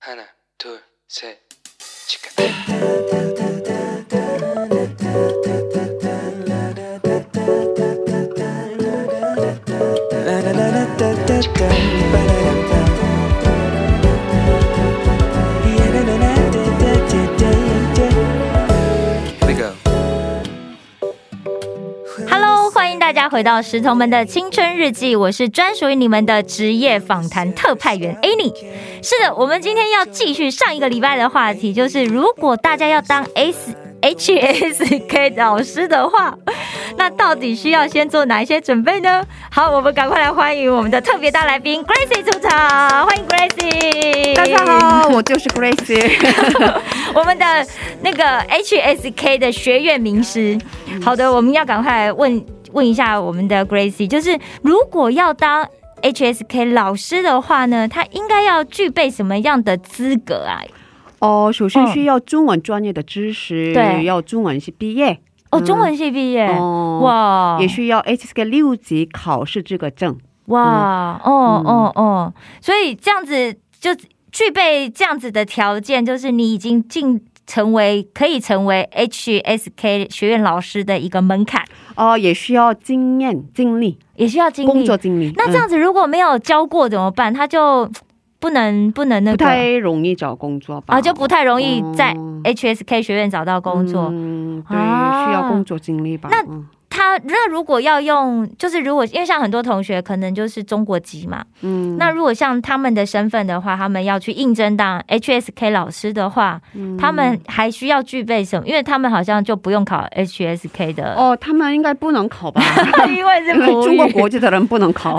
하나 둘셋 치카 Here we go. Hello，欢迎大家回到石头们的青春日记，我是专属于你们的职业访谈特派员 Annie。是的，我们今天要继续上一个礼拜的话题，就是如果大家要当 S H S K 老师的话，那到底需要先做哪一些准备呢？好，我们赶快来欢迎我们的特别大来宾 Gracie 出场，欢迎 Gracie。大家好，我 就是 Gracie。 我们的那个 HSK 的学院名师。嗯好的，我们要赶快来问问一下我们的 Gracie，就是如果要当 HSK 老师的话呢，他应该要具备什么样的资格啊？哦，首先嗯需要中文专业的知识，对要中文系毕业，哦，嗯中文系毕业，哦哇，也需要 HSK 六级考试资格证。哇，哦嗯哦哦，所以这样子就具备这样子的条件，就是你已经进成为可以成为 HSK 学院老师的一个门槛，哦，也需要经验、经历、也需要经历工作经历。那这样子如果没有教过怎么办？他就不能不能嗯那不个太容易找工作吧？啊，就不太容易在嗯 HSK 学院找到工作。嗯，对，啊需要工作经历吧？那嗯他那如果要用，就是如果因为像很多同学可能就是中国籍嘛，嗯，那如果像他们的身份的话，他们要去应征当 HSK 老师的话，嗯他们还需要具备什么？因为他们好像就不用考 HSK 的，哦，他们应该不能考吧？ 因为 是因为母 中国语国籍的人不能 考，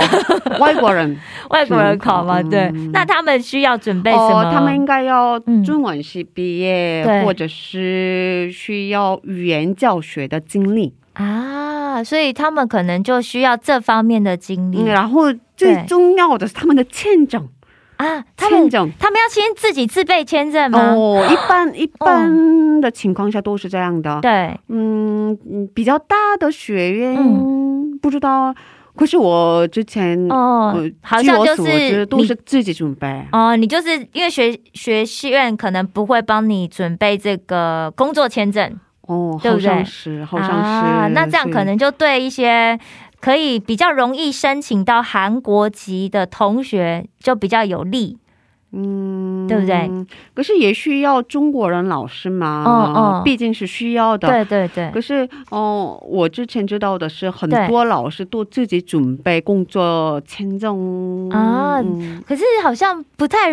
外国人外国人考嘛，嗯对。那他们需要准备什么？哦，他们应该要嗯中文系毕业，对或者是需要语言教学的经历。啊，所以他们可能就需要这方面的经历、嗯，然后最重要的是他们的签证，啊。他签们证。他们要先自己自备签证吗？哦， 一般一般的情况下都是这样的。哦对，嗯，嗯比较大的学院、嗯不知道，可是我之前，哦呃，好据像我就所知是都你是自己准备。哦，你就是因为学学戏院可能不会帮你准备这个工作签证，哦，对好不对像是，好像是。啊，那这样是可能就对一些。可以比较容易申请到韩国籍的同学就比较有利，嗯，对不对？可是也需要中国人老师嘛，哦哦毕竟是需要的。对对对可，是哦，我之前知道的是，很对多老师都自己准备工作签证啊嗯可是好像不太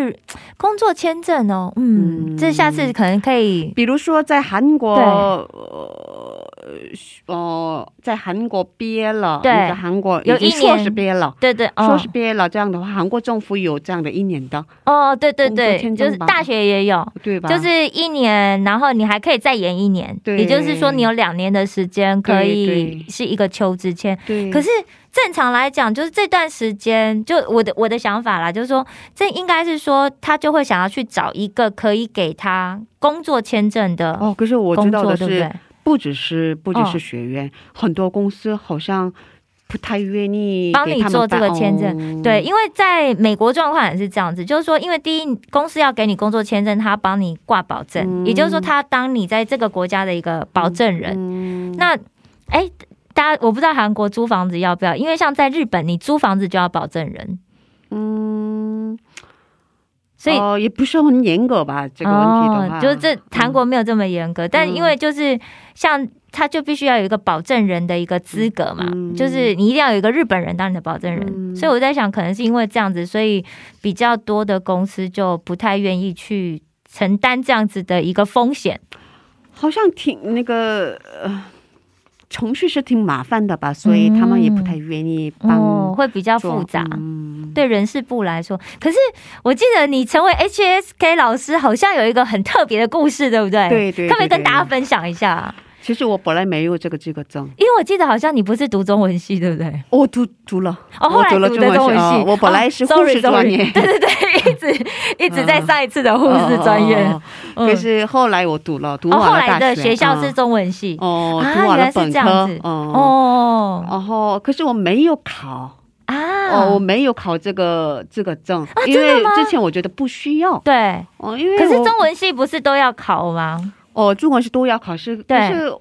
工作签证哦，嗯，嗯这下次可能可以，比如说在韩国，对呃，哦，在韩国毕业了，对你在韩国有已经一硕士年毕业了。对对，哦硕士毕业了，这样的话，韩国政府有这样的一年的，哦，对对工作对，签就证是吧大学也有，对吧？就是一年，然后你还可以再延一年，对也就是说你有两年的时间可对以对是一个求职签。对。可是正常来讲，就是这段时间，就我的我的想法啦，就是说，这应该是说他就会想要去找一个可以给他工作签证的哦，可是我知工道作，的对不是，对？不只是不只哦是学院、很多公司好像不太愿意帮给你他们做这办个签证哦对，因为在美国状况也是这样子，就是说，因为第一，公司要给你工作签证，他帮你挂保证，嗯也就是说，他当你在这个国家的一个保证人。嗯那，哎，大家我不知道韩国租房子要不要，因为像在日本，你租房子就要保证人，嗯，所以、哦哦、也不是很严格吧？这个问题的话，嗯就是这韩国没有这么严格，但因为就是像他就必须要有一个保证人的一个资格嘛，嗯就是你一定要有一个日本人当你的保证人，嗯所以我在想，可能是因为这样子，所以比较多的公司就不太愿意去承担这样子的一个风险。好像挺那个呃，程序是挺麻烦的吧，所以他们也不太愿意帮、嗯哦，会比较复杂。嗯对人事部来说，可是我记得你成为 HSK 老师，好像有一个很特别的故事，对不对？对对可不可以对跟对大家分享一下啊？其实我本来没有这个资格证，因为我记得好像你不是读中文系，对不对？我读读了，哦，后我来读了读的中文系，哦我本来是护士专业嗯哦 sorry，sorry，对对对，一直一直在上一次的护士专业，哦哦哦嗯可是后来我读了，读哦，完后了来大学，的学校是嗯中文系，哦，啊读完原来了是本嗯这科，样子哦，哦然后可是我没有考，啊，哦，我没有考这个这个证、因真的为吗之前我觉得不需要对，哦，因为可是我中文系不是都要考吗？哦，中文是都要考试，对嗯但是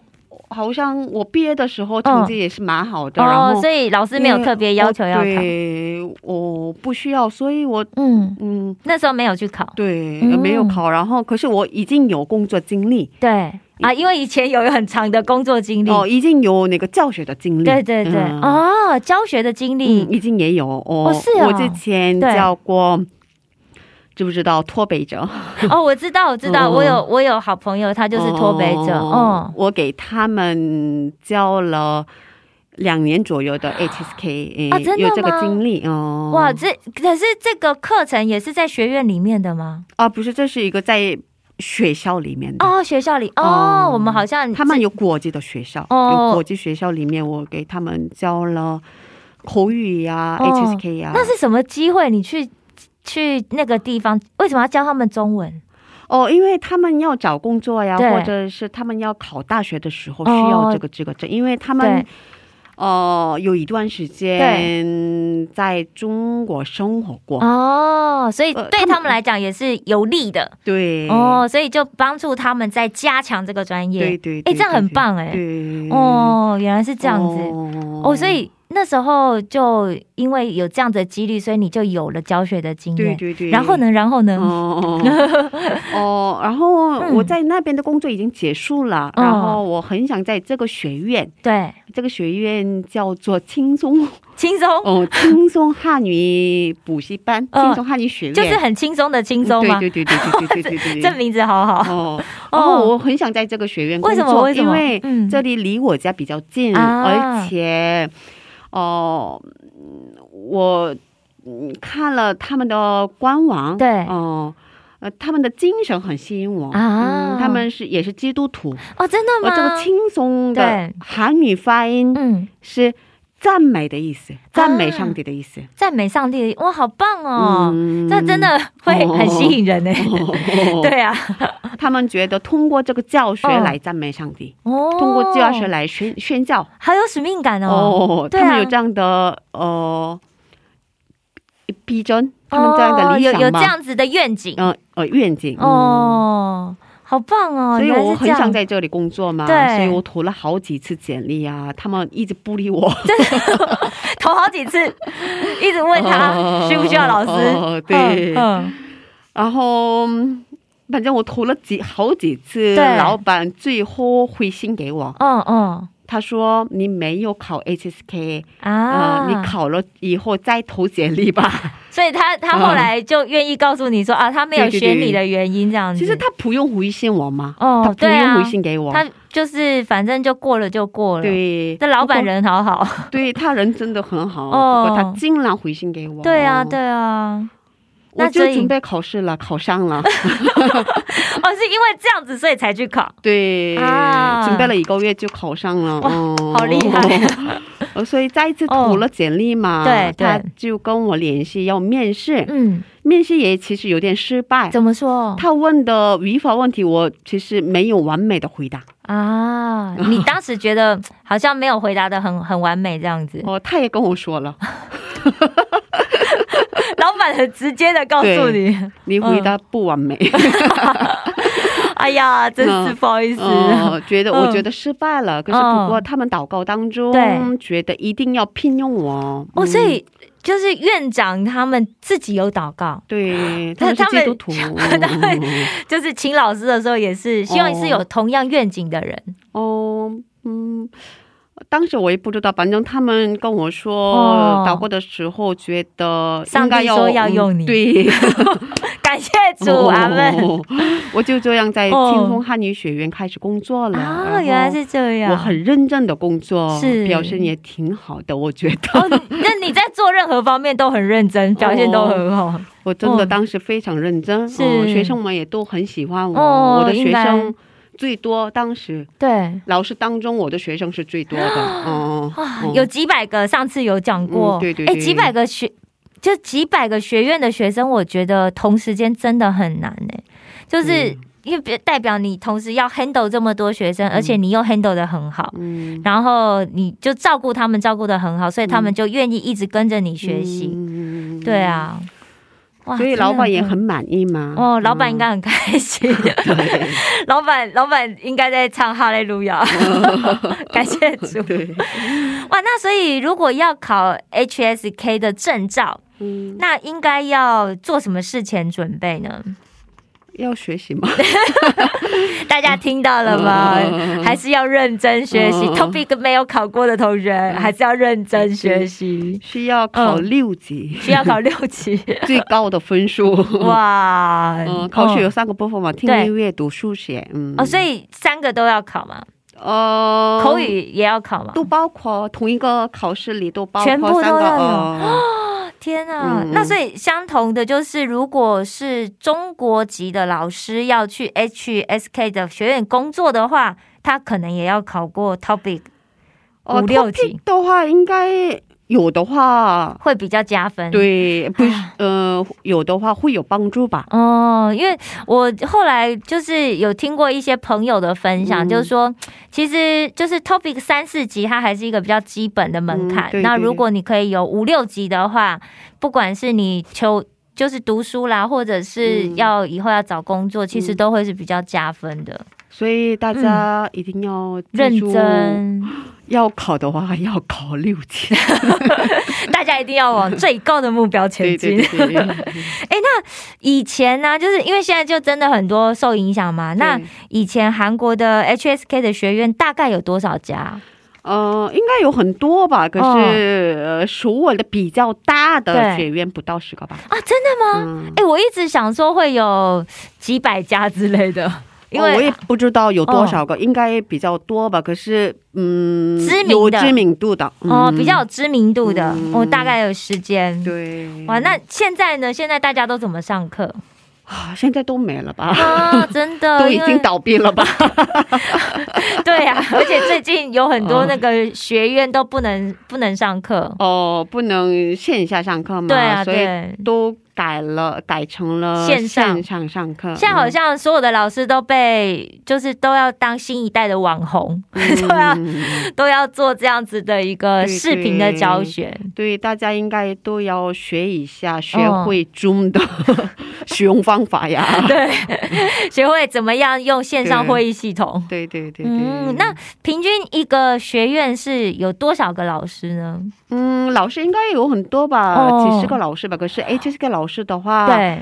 好像我毕业的时候成绩也是蛮好的，然哦，后所以老师没有特别要求要考因。为我对，我不需要，所以我嗯，嗯。那时候没有去考。对，嗯没有考，然后可是我已经有工作经历，对啊，因为以前有很长的工作经历。哦，已经有那个教学的经历，对对对，嗯哦，教学的经历嗯，。已经也有哦哦是哦我之前对教过，知不知道脱北者？哦，我知道，我知 道，嗯我有我有好朋友，他就是脱北者。哦哦，我给他们教了两年左右的 HSK，啊诶真的吗有这个经历哦。哇，这可是这个课程也是在学院里面的吗？啊，不是，这是一个在学校里面的，哦，学校里哦哦，我们好像他们有国际的学校，哦有国际学校里面，我给他们教了口语呀、哦 HSK 呀、那是什么机会？你去去那个地方，为什么要教他们中文？哦，因为他们要找工作呀，对或者是他们要考大学的时候哦需要这个资格证，因为他们对。哦，有一段时间在中国生活过，哦，所以呃他对们嗯他们来讲也是有利的对，哦，所以就帮助他们在加强这个专对业。对，哎，对这样很棒哎、对，哦，原来是这样子哦哦，所以那时候就因为有这样的几率，所以你就有了教学的经对验。对对，然后？呢，然后呢？ 哦哦哦，然后嗯我在那边的工作已经结束了，哦然后我很想在这个学院，对，这个学院叫做轻松轻松、 哦，轻松汉语补习班，嗯轻松汉语学院，嗯就是很轻松的轻松嘛。对对对对对对对 对对。这名字好好。哦， 哦然后我很想在这个学院工为什么作，为什因么为嗯这里离我家比较近，啊而且，哦、我嗯看了他们的官网，对哦、呃，他们的精神很吸引我啊嗯，他们是也是基督徒，哦，真而的吗？这个轻松对的韩语发音嗯，是赞美的意思，赞美上帝的意思。赞美上帝，哇，好棒哦！嗯哦这真的会很吸引人呢、欸 对啊，嗯他们觉得通过这个教学嗯来赞美上帝，哦，通过教学来宣宣教。好有使命感哦。哦，对啊他们有这样的呃逼真，他们这样的理哦有想有这嘛，样子的愿景、呃呃愿景。哦，好棒嗯哦！所以原来我是这很样想在这里工作嘛，对所以我投了好几次简历啊，他们一直不理我。 投好 几次，一直问他哦需不需要老师。哦对嗯，然后，嗯反正我投了几好几次，对老板最后回信给我，嗯嗯他说你没有考 HSK，嗯呃啊，，嗯你考了以后再投简历 吧。所以他他后来就愿意告诉你说、啊，他没有选你的原因这样子。其实他不用回信我嘛，哦他不对啊用回信给我，他就是反正就过了就过了。，对，这老板人好好。不过对他人真的很好，哦不过他竟然回信给我， 对啊，，对啊。我那所就以准备考试了，考上 了，哦，是因为这样子所以才去考。对，啊准备了一个月就考上了，哇哦好厉害！ 呃所以再一次投了简历嘛，哦对对他就跟我联系要面试， 嗯，面试也其实有点失败。怎么说他问的语法问题，我其实没有完美的回答。啊？你当时觉 得好像没有回答的很很完美这样子，哦，他也跟我说了，老板很直接的告诉你，你回答不完美。 哎呀，真嗯是嗯不好意思。哦，觉得嗯我觉得失败了，可是不过他们祷告当中对觉得一定要聘用我， 哦，嗯所以就是院长他们自己有祷告，对，他他们是基他们督徒， 他们就是请老师的时候也是希望哦是有同样愿景的人。 哦，嗯。当时我也不知道，反正他们跟我说、哦祷告的时候，觉得上帝应该要说要用你嗯、 对，感谢主，阿门。哦 我就这样在哦清风汉语学院开始工作了。然啊，后原来是这样。我很认真的工作，是表现也挺好的，我觉得。哦，那你在做任何方面都很认真，表现都很好。我真的嗯当时非常认真，是嗯学生们也都很喜欢我，哦我的学应该生最多，当时对，老师当中我的学生是最多 的，哦、啊，嗯有几百个，上次有讲过，嗯对对哎，对几百个学，欸嗯就几百个学院的学生，我觉得同时间真的很难哎、就是因为代表你同时要 handle 这么多学生，而且你又 handle 的很好，嗯，然后你就照顾他们，照顾的很好，所以他们就愿意一直跟着你学习。嗯对，啊，哇所以老板也很满意嘛。嗯哦，老板应该很开心。 老板，老板应该在唱哈利 路亚，感谢主。 对，哇，那所以如果要考 HSK 的证照，嗯，那应该要做什么事前准备呢？要学习嘛。大家听到了吗？还是要认真学习。嗯 Topic 没有考过的同学，还是要认真学习。需要考嗯六级、需要考六级，最高的分数。哇！ 嗯，考试有哦三个部分嘛，听对力、阅读、书写。嗯，哦，所以三个都要考嘛，呃，口语也要考嘛。都包括同一个考试里都包括全三部都个要有呃天啊，嗯那所以相同的就是，如果是中国籍的老师要去 HSK 的学院工作的话，他可能也要考过 topic，哦，五六级嗯 topic 的话，应该有的话，会比较加分。。 对，不是，呃，有的话会有帮助吧。哦，因为我后来就是有听过一些朋友的分嗯享，就是说，其实就是 topic 三四级，它还是一个比较基本的门槛。嗯对那对如果你可以有五六级的话，不管是你求就是读书啦，或者是嗯要以后要找工作，其实都会是比较加分的。所以大家一定要记嗯认住，真， 要考的话要考六级。大家一定 要往最高的目标前对 进。对对对，以前呢、就是因为现在就真的很多受影响嘛。那对以前韩国的 HSK 的学院大概有多少家？呃，应该有很多吧，可哦是、呃，属我的比较大对的学院不到十个吧。啊，真的吗？嗯，哎、我一直想说会有几百家之类的，因哦我为、哦也不知道有多少个，应该比较多吧。可是，嗯，知名的有知名度的，嗯、哦比较有知名度的，嗯我、大概有时间。对。哇，那现在呢？现在大家都怎么 上课啊现在都没了吧？啊？真的， 都已因经为 倒闭了吧？对啊，而且最近有很多那个学院都不能不能上课，哦，不能线下上课嘛，对啊，嗯所以对。都改了，改成了线上线上上课。现在好像所有的老师都被，就是都要当新一代的网红，嗯 对啊，嗯都要做这样子的一个对视频的教学。 对，大家应该都要学一下，学哦会 Zoom 的 使用方法呀。学会怎么样用线上会议系统。对对对对。嗯，那平均一个学院是有多少个老师呢？嗯，老师应该有很多吧，哦几十个老师吧。可是 H 个老师的话，，对，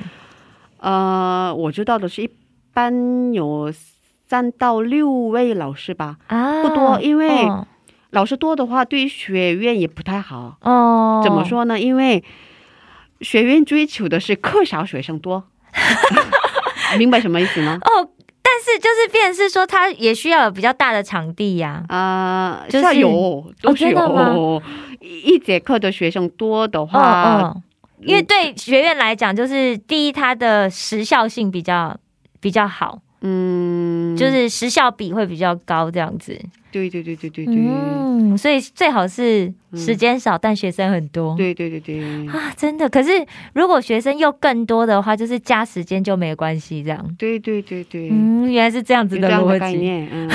呃，我知道的是一般有三到六位老师吧。啊不多因为哦老师多的话，对学院也不太好。哦怎么？说呢？因为学院追求的是课少学生 多，明白什么意思吗？哦，但是就是变成是说，他也需要有比较大的场地呀、啊、就是哦像有都是真有、的吗一一节课的学生多的哦话，哦，因为对学院来讲，就是第一，它的时效性比较比较好，嗯，就是时效比会比较高这样子。对对对对对对、嗯，所以最好是时间少，但学生很多。对对对对啊，真的。可是如果学生又更多的话，就是加时间就没关系这样。对对对对，嗯，原来是这样子有的这样的逻概辑。念，嗯，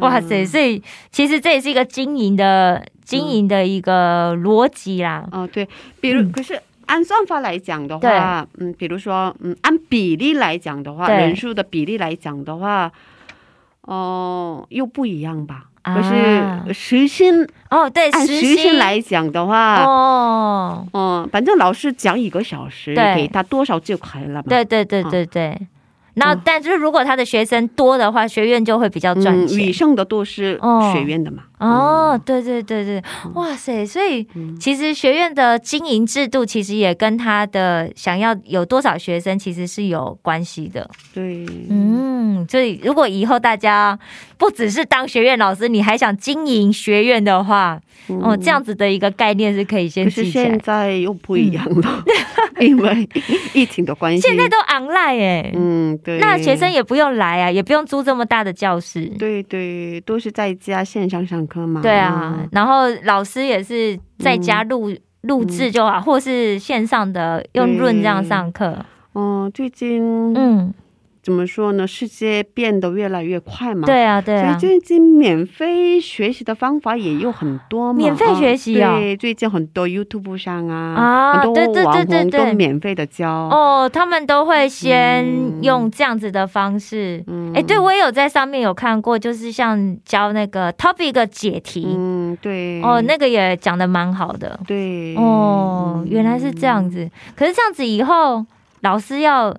哇塞，所以其实这也是一个经营的经嗯营的一个逻辑啦。哦对，比如、嗯可是。按算法来讲的话，嗯，比如说，嗯，按比例来讲的话，对人数的比例来讲的话，哦、又不一样吧？啊可是时薪哦，对，按时时薪薪来啊讲的话，哦，嗯，反正老师讲一个小时，对给他多少就可以了嘛。对对对对对。那、嗯但就是如果他的学生多的话，学院就会比较嗯，赚以钱。上的都是学院的嘛。哦，对对对对，哇塞！所以嗯其实学院的经营制度，其实也跟他的想要有多少学生，其实是有关系的。对，嗯，所以如果以后大家不只是当学院老师，你还想经营学院的话，嗯哦，这。样子的一个概念是可以先可是记起来现的。在又不一样了， 因为疫情的关系。现在都 online 哎、嗯，对。那学生也不用来啊，也不用租这么大的教室。对对都是在家线上上课嘛。对啊，嗯然后老师也是在家录、录制就嗯好，或是线上的用对润这样上课。哦嗯。嗯，最近嗯，怎么说呢？世界变得越来越快嘛，对啊，对嗯所啊以，最近免费学习的方法也有很多嘛，免费学习哦啊对，最近很多 YouTube 上啊，啊很对对多对网对红对都免费的教。哦，他们都会先嗯用这样子的方式。嗯哎、对，我也有在上面有看过，就是像教那个 topic 的解题，嗯，对，哦，那个也讲的蛮好的。对，哦，嗯原来是这样子。可是这样子以后，老师要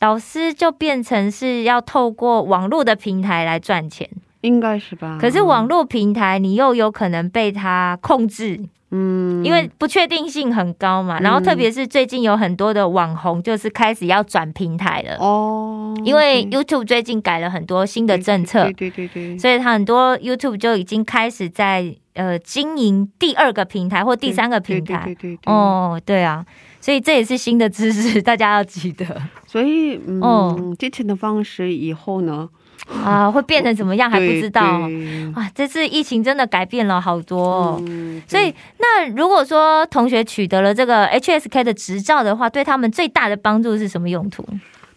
老师就变成是要透过网络的平台来赚钱。应该是吧？可是网络平台，你又有可能被它控制，嗯，因为不确定性很高嘛。嗯然后特别是最近有很多的网红，就是开始要转平台了，哦，因为 YouTube 最近改了很多新的政策对，对对对，所以它很多 YouTube 就已经开始在呃经营第二个平台或第三个平台。对对对对对，哦，对啊，所以这也是新的知识， 大家要 记得所以嗯、哦之前的方式以后呢啊，会变成怎么样还不知道对对啊。这次疫情真的改变了好多、哦。嗯，所以，那如果说同学取得了这个 HSK 的执照的话，对他们最大的帮助是什么用途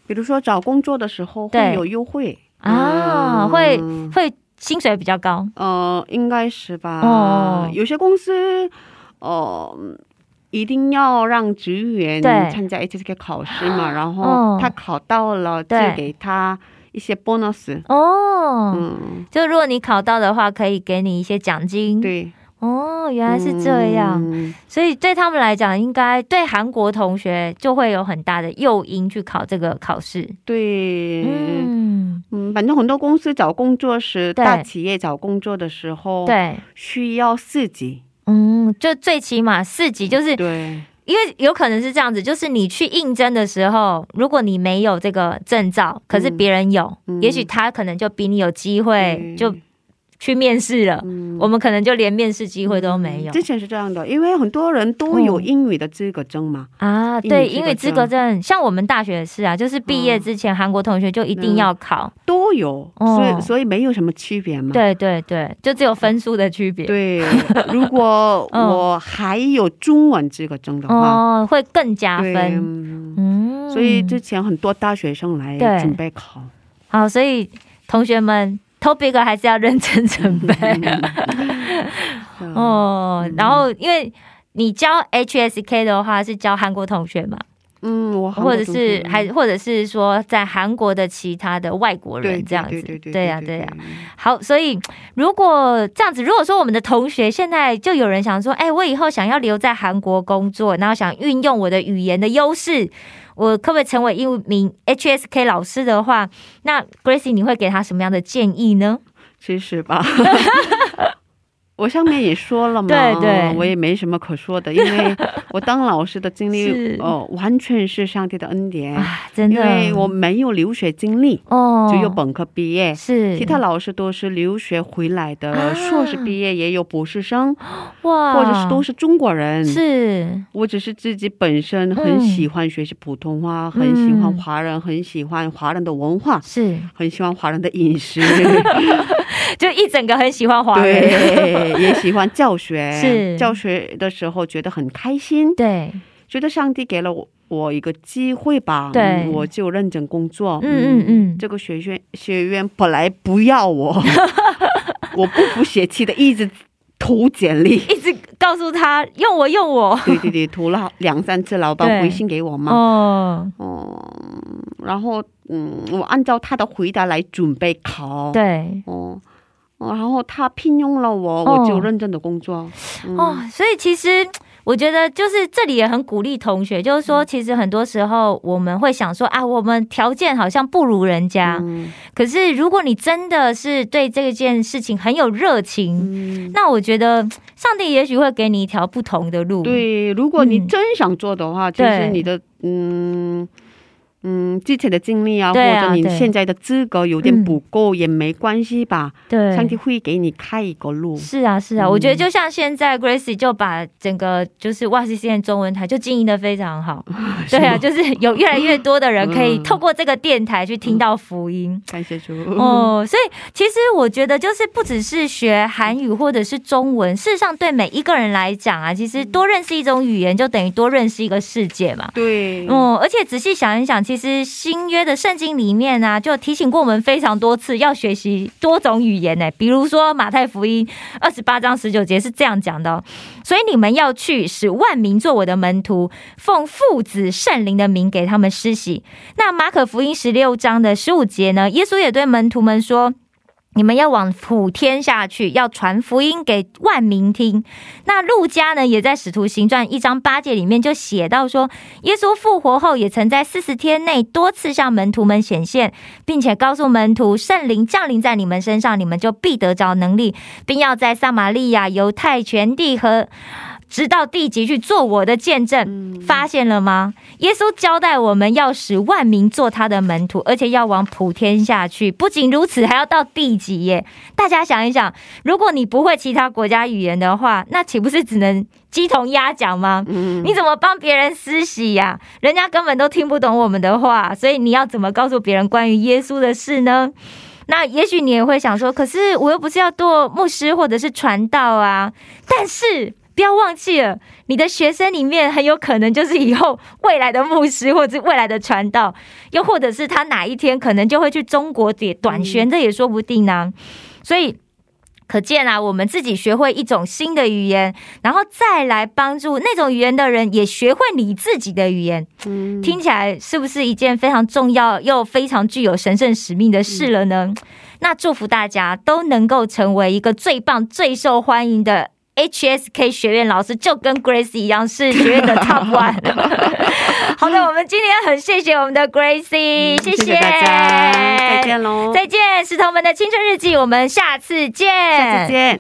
比如说找工作的时候对会有优惠啊？嗯会会薪水比较高呃，应该是吧。哦有些公司，哦、一定要让职员对参加 HSK 考试嘛，然哦后他考到了，就对给他一些 bonus。哦。嗯，就如果你考到的话，可以给你一些奖金。对，哦，原来是这样。嗯所以对他们来讲，应该对韩国同学就会有很大的诱因去考这个考试。对，嗯嗯，反正很多公司找工作时，对大企业找工作的时候，，嗯对，需要四级。嗯，就最起码四级，就是对，因为有可能是这样子，就是你去应征的时候，如果你没有这个证照，可是别人有，嗯也许他可能就比你有机会对就去面试了。嗯我们可能就连面试机会都没有、之前是这样的，因为很多人都有嗯英语的资格证嘛。啊！对，英因语为资资格格证，像我们大学也是啊，就是毕业之前，韩国同学就一定要考。都有，哦所以所以没有什么区别嘛。对对对，就只有分数的区别。嗯 对，如果嗯我还有中文资格证的话，哦，会更加对，分。嗯嗯，所以之前很多大学生来对准备考，好，所以同学们，topic 还是要认真准备 嗯 哦，哦。然后，因为你教 HSK 的话是教韩国同学嘛，嗯，我或者是还是或者是说在韩国的其他的外国人这样对子对，对对呀啊对对呀。好，所以如果这样子，如果说我们的同学现在就有人想说，哎，我以后想要留在韩国工作，然后想运用我的语言的优势，我可不可以成为一名 HSK 老师的话，那 Gracie 你会给他什么样的建议呢？其实 吧。我上面也说了嘛，对对我也没什么可说的，因 为我当老师的经是历，哦、完全是上帝的恩典，啊，真哎因的，为我没有留学经历，哦，只有本科毕业，是其他老师都是留学回来的，啊硕士毕业也有博士生，哇，或者是都是中国嗯人。是我只是自己本身很喜欢学习普通话，很喜嗯欢华人，很喜欢华人的文化，是，很喜欢华人的饮 食，就一整个很喜欢华人，对， 也喜欢教学。 是教学的时候觉得很开心，对，觉得上帝给了我我一个机会吧，对嗯我就认真工作。嗯嗯嗯这个学院学院本来不要我， 我不服血气的，一直投简历。一直告诉他用我用我，对对对，投了两三次，老对板回信给我嘛。哦，哦、然后嗯，我按照他的回答来准备考。，对。哦、哦然后他聘用了我，哦我就认真的工作。嗯哦，所以其实我觉得就是这里也很鼓励同学，就是嗯说，其实很多时候我们会想说啊，我们条件好像不如人家，嗯可是如果你真的是对这件事情很有热情，嗯，那我觉得上帝也许会给你一条不同的路。，对，如果嗯你真想做的话，其对实你的嗯嗯之前的经历啊，对啊或者你对现在的资格有嗯点不够、也没关系吧，对上帝会给你开一个路。是啊，是啊，我觉得就像现在 Gracie 就把整个就是哇 C C N 中文台就经营的非常好，对啊，就是有越来越多的人可以嗯透过这个电台去听到福音。感谢主。哦，所以其实我觉得，就是不只是学韩语或者是中文，事实上对每一个人来讲啊，其实多认识一种语言，就等于多认识一个世界嘛。对，嗯哦，而且仔细想一想，其其实新约的圣经里面呢、就提醒过我们非常多次要学习多种语言呢、比如说马太福音二十八章十九节是这样讲的哦、所以你们要去，使万民做我的门徒，奉父子圣灵的名给他们施洗。那马可福音十六章的十五节呢，耶稣也对门徒们说。你们要往普天下去，要传福音给万民听。那路加呢，也在《使徒行传》一章八节里面就写到说，耶稣复活后，也曾在四十天内多次向门徒们显现，并且告诉门徒，圣灵降临在你们身上，你们就必得着能力，并要在撒玛利亚、犹太全地和直到地极去做我的见证。发现了吗？耶稣交代我们要使万民做他的门徒，而且要往普天下去。不仅如此，还要到地极耶！大家想一想，如果你不会其他国家语言的话，那岂不是只能鸡同鸭讲吗？嗯，你怎么帮别人施洗呀、人家根本都听不懂我们的话，所以你要怎么告诉别人关于耶稣的事呢？那也许你也会想说，可是我又不是要做牧师或者是传道啊。但是不要忘记了，你的学生里面很有可能就是以后未来的牧师或者是未来的传道，又或者是他哪一天可能就会去中国短短宣，这也说不定呢、啊所以。可见啊，我们自己学会一种新的语言，然后再来帮助那种语言的人，也学会你自己的语言。嗯听起来是不是一件非常重要又非常具有神圣使命的事了呢？那祝福大家都能够成为一个最棒、最受欢迎的 HSK 学院老师，就跟 Grace 一样是学院的 Top One。好的，我们今天很谢谢我们的 Gracie，、谢嗯谢大家，再见喽，再见，石头们的青春日记，我们下次见，下次见。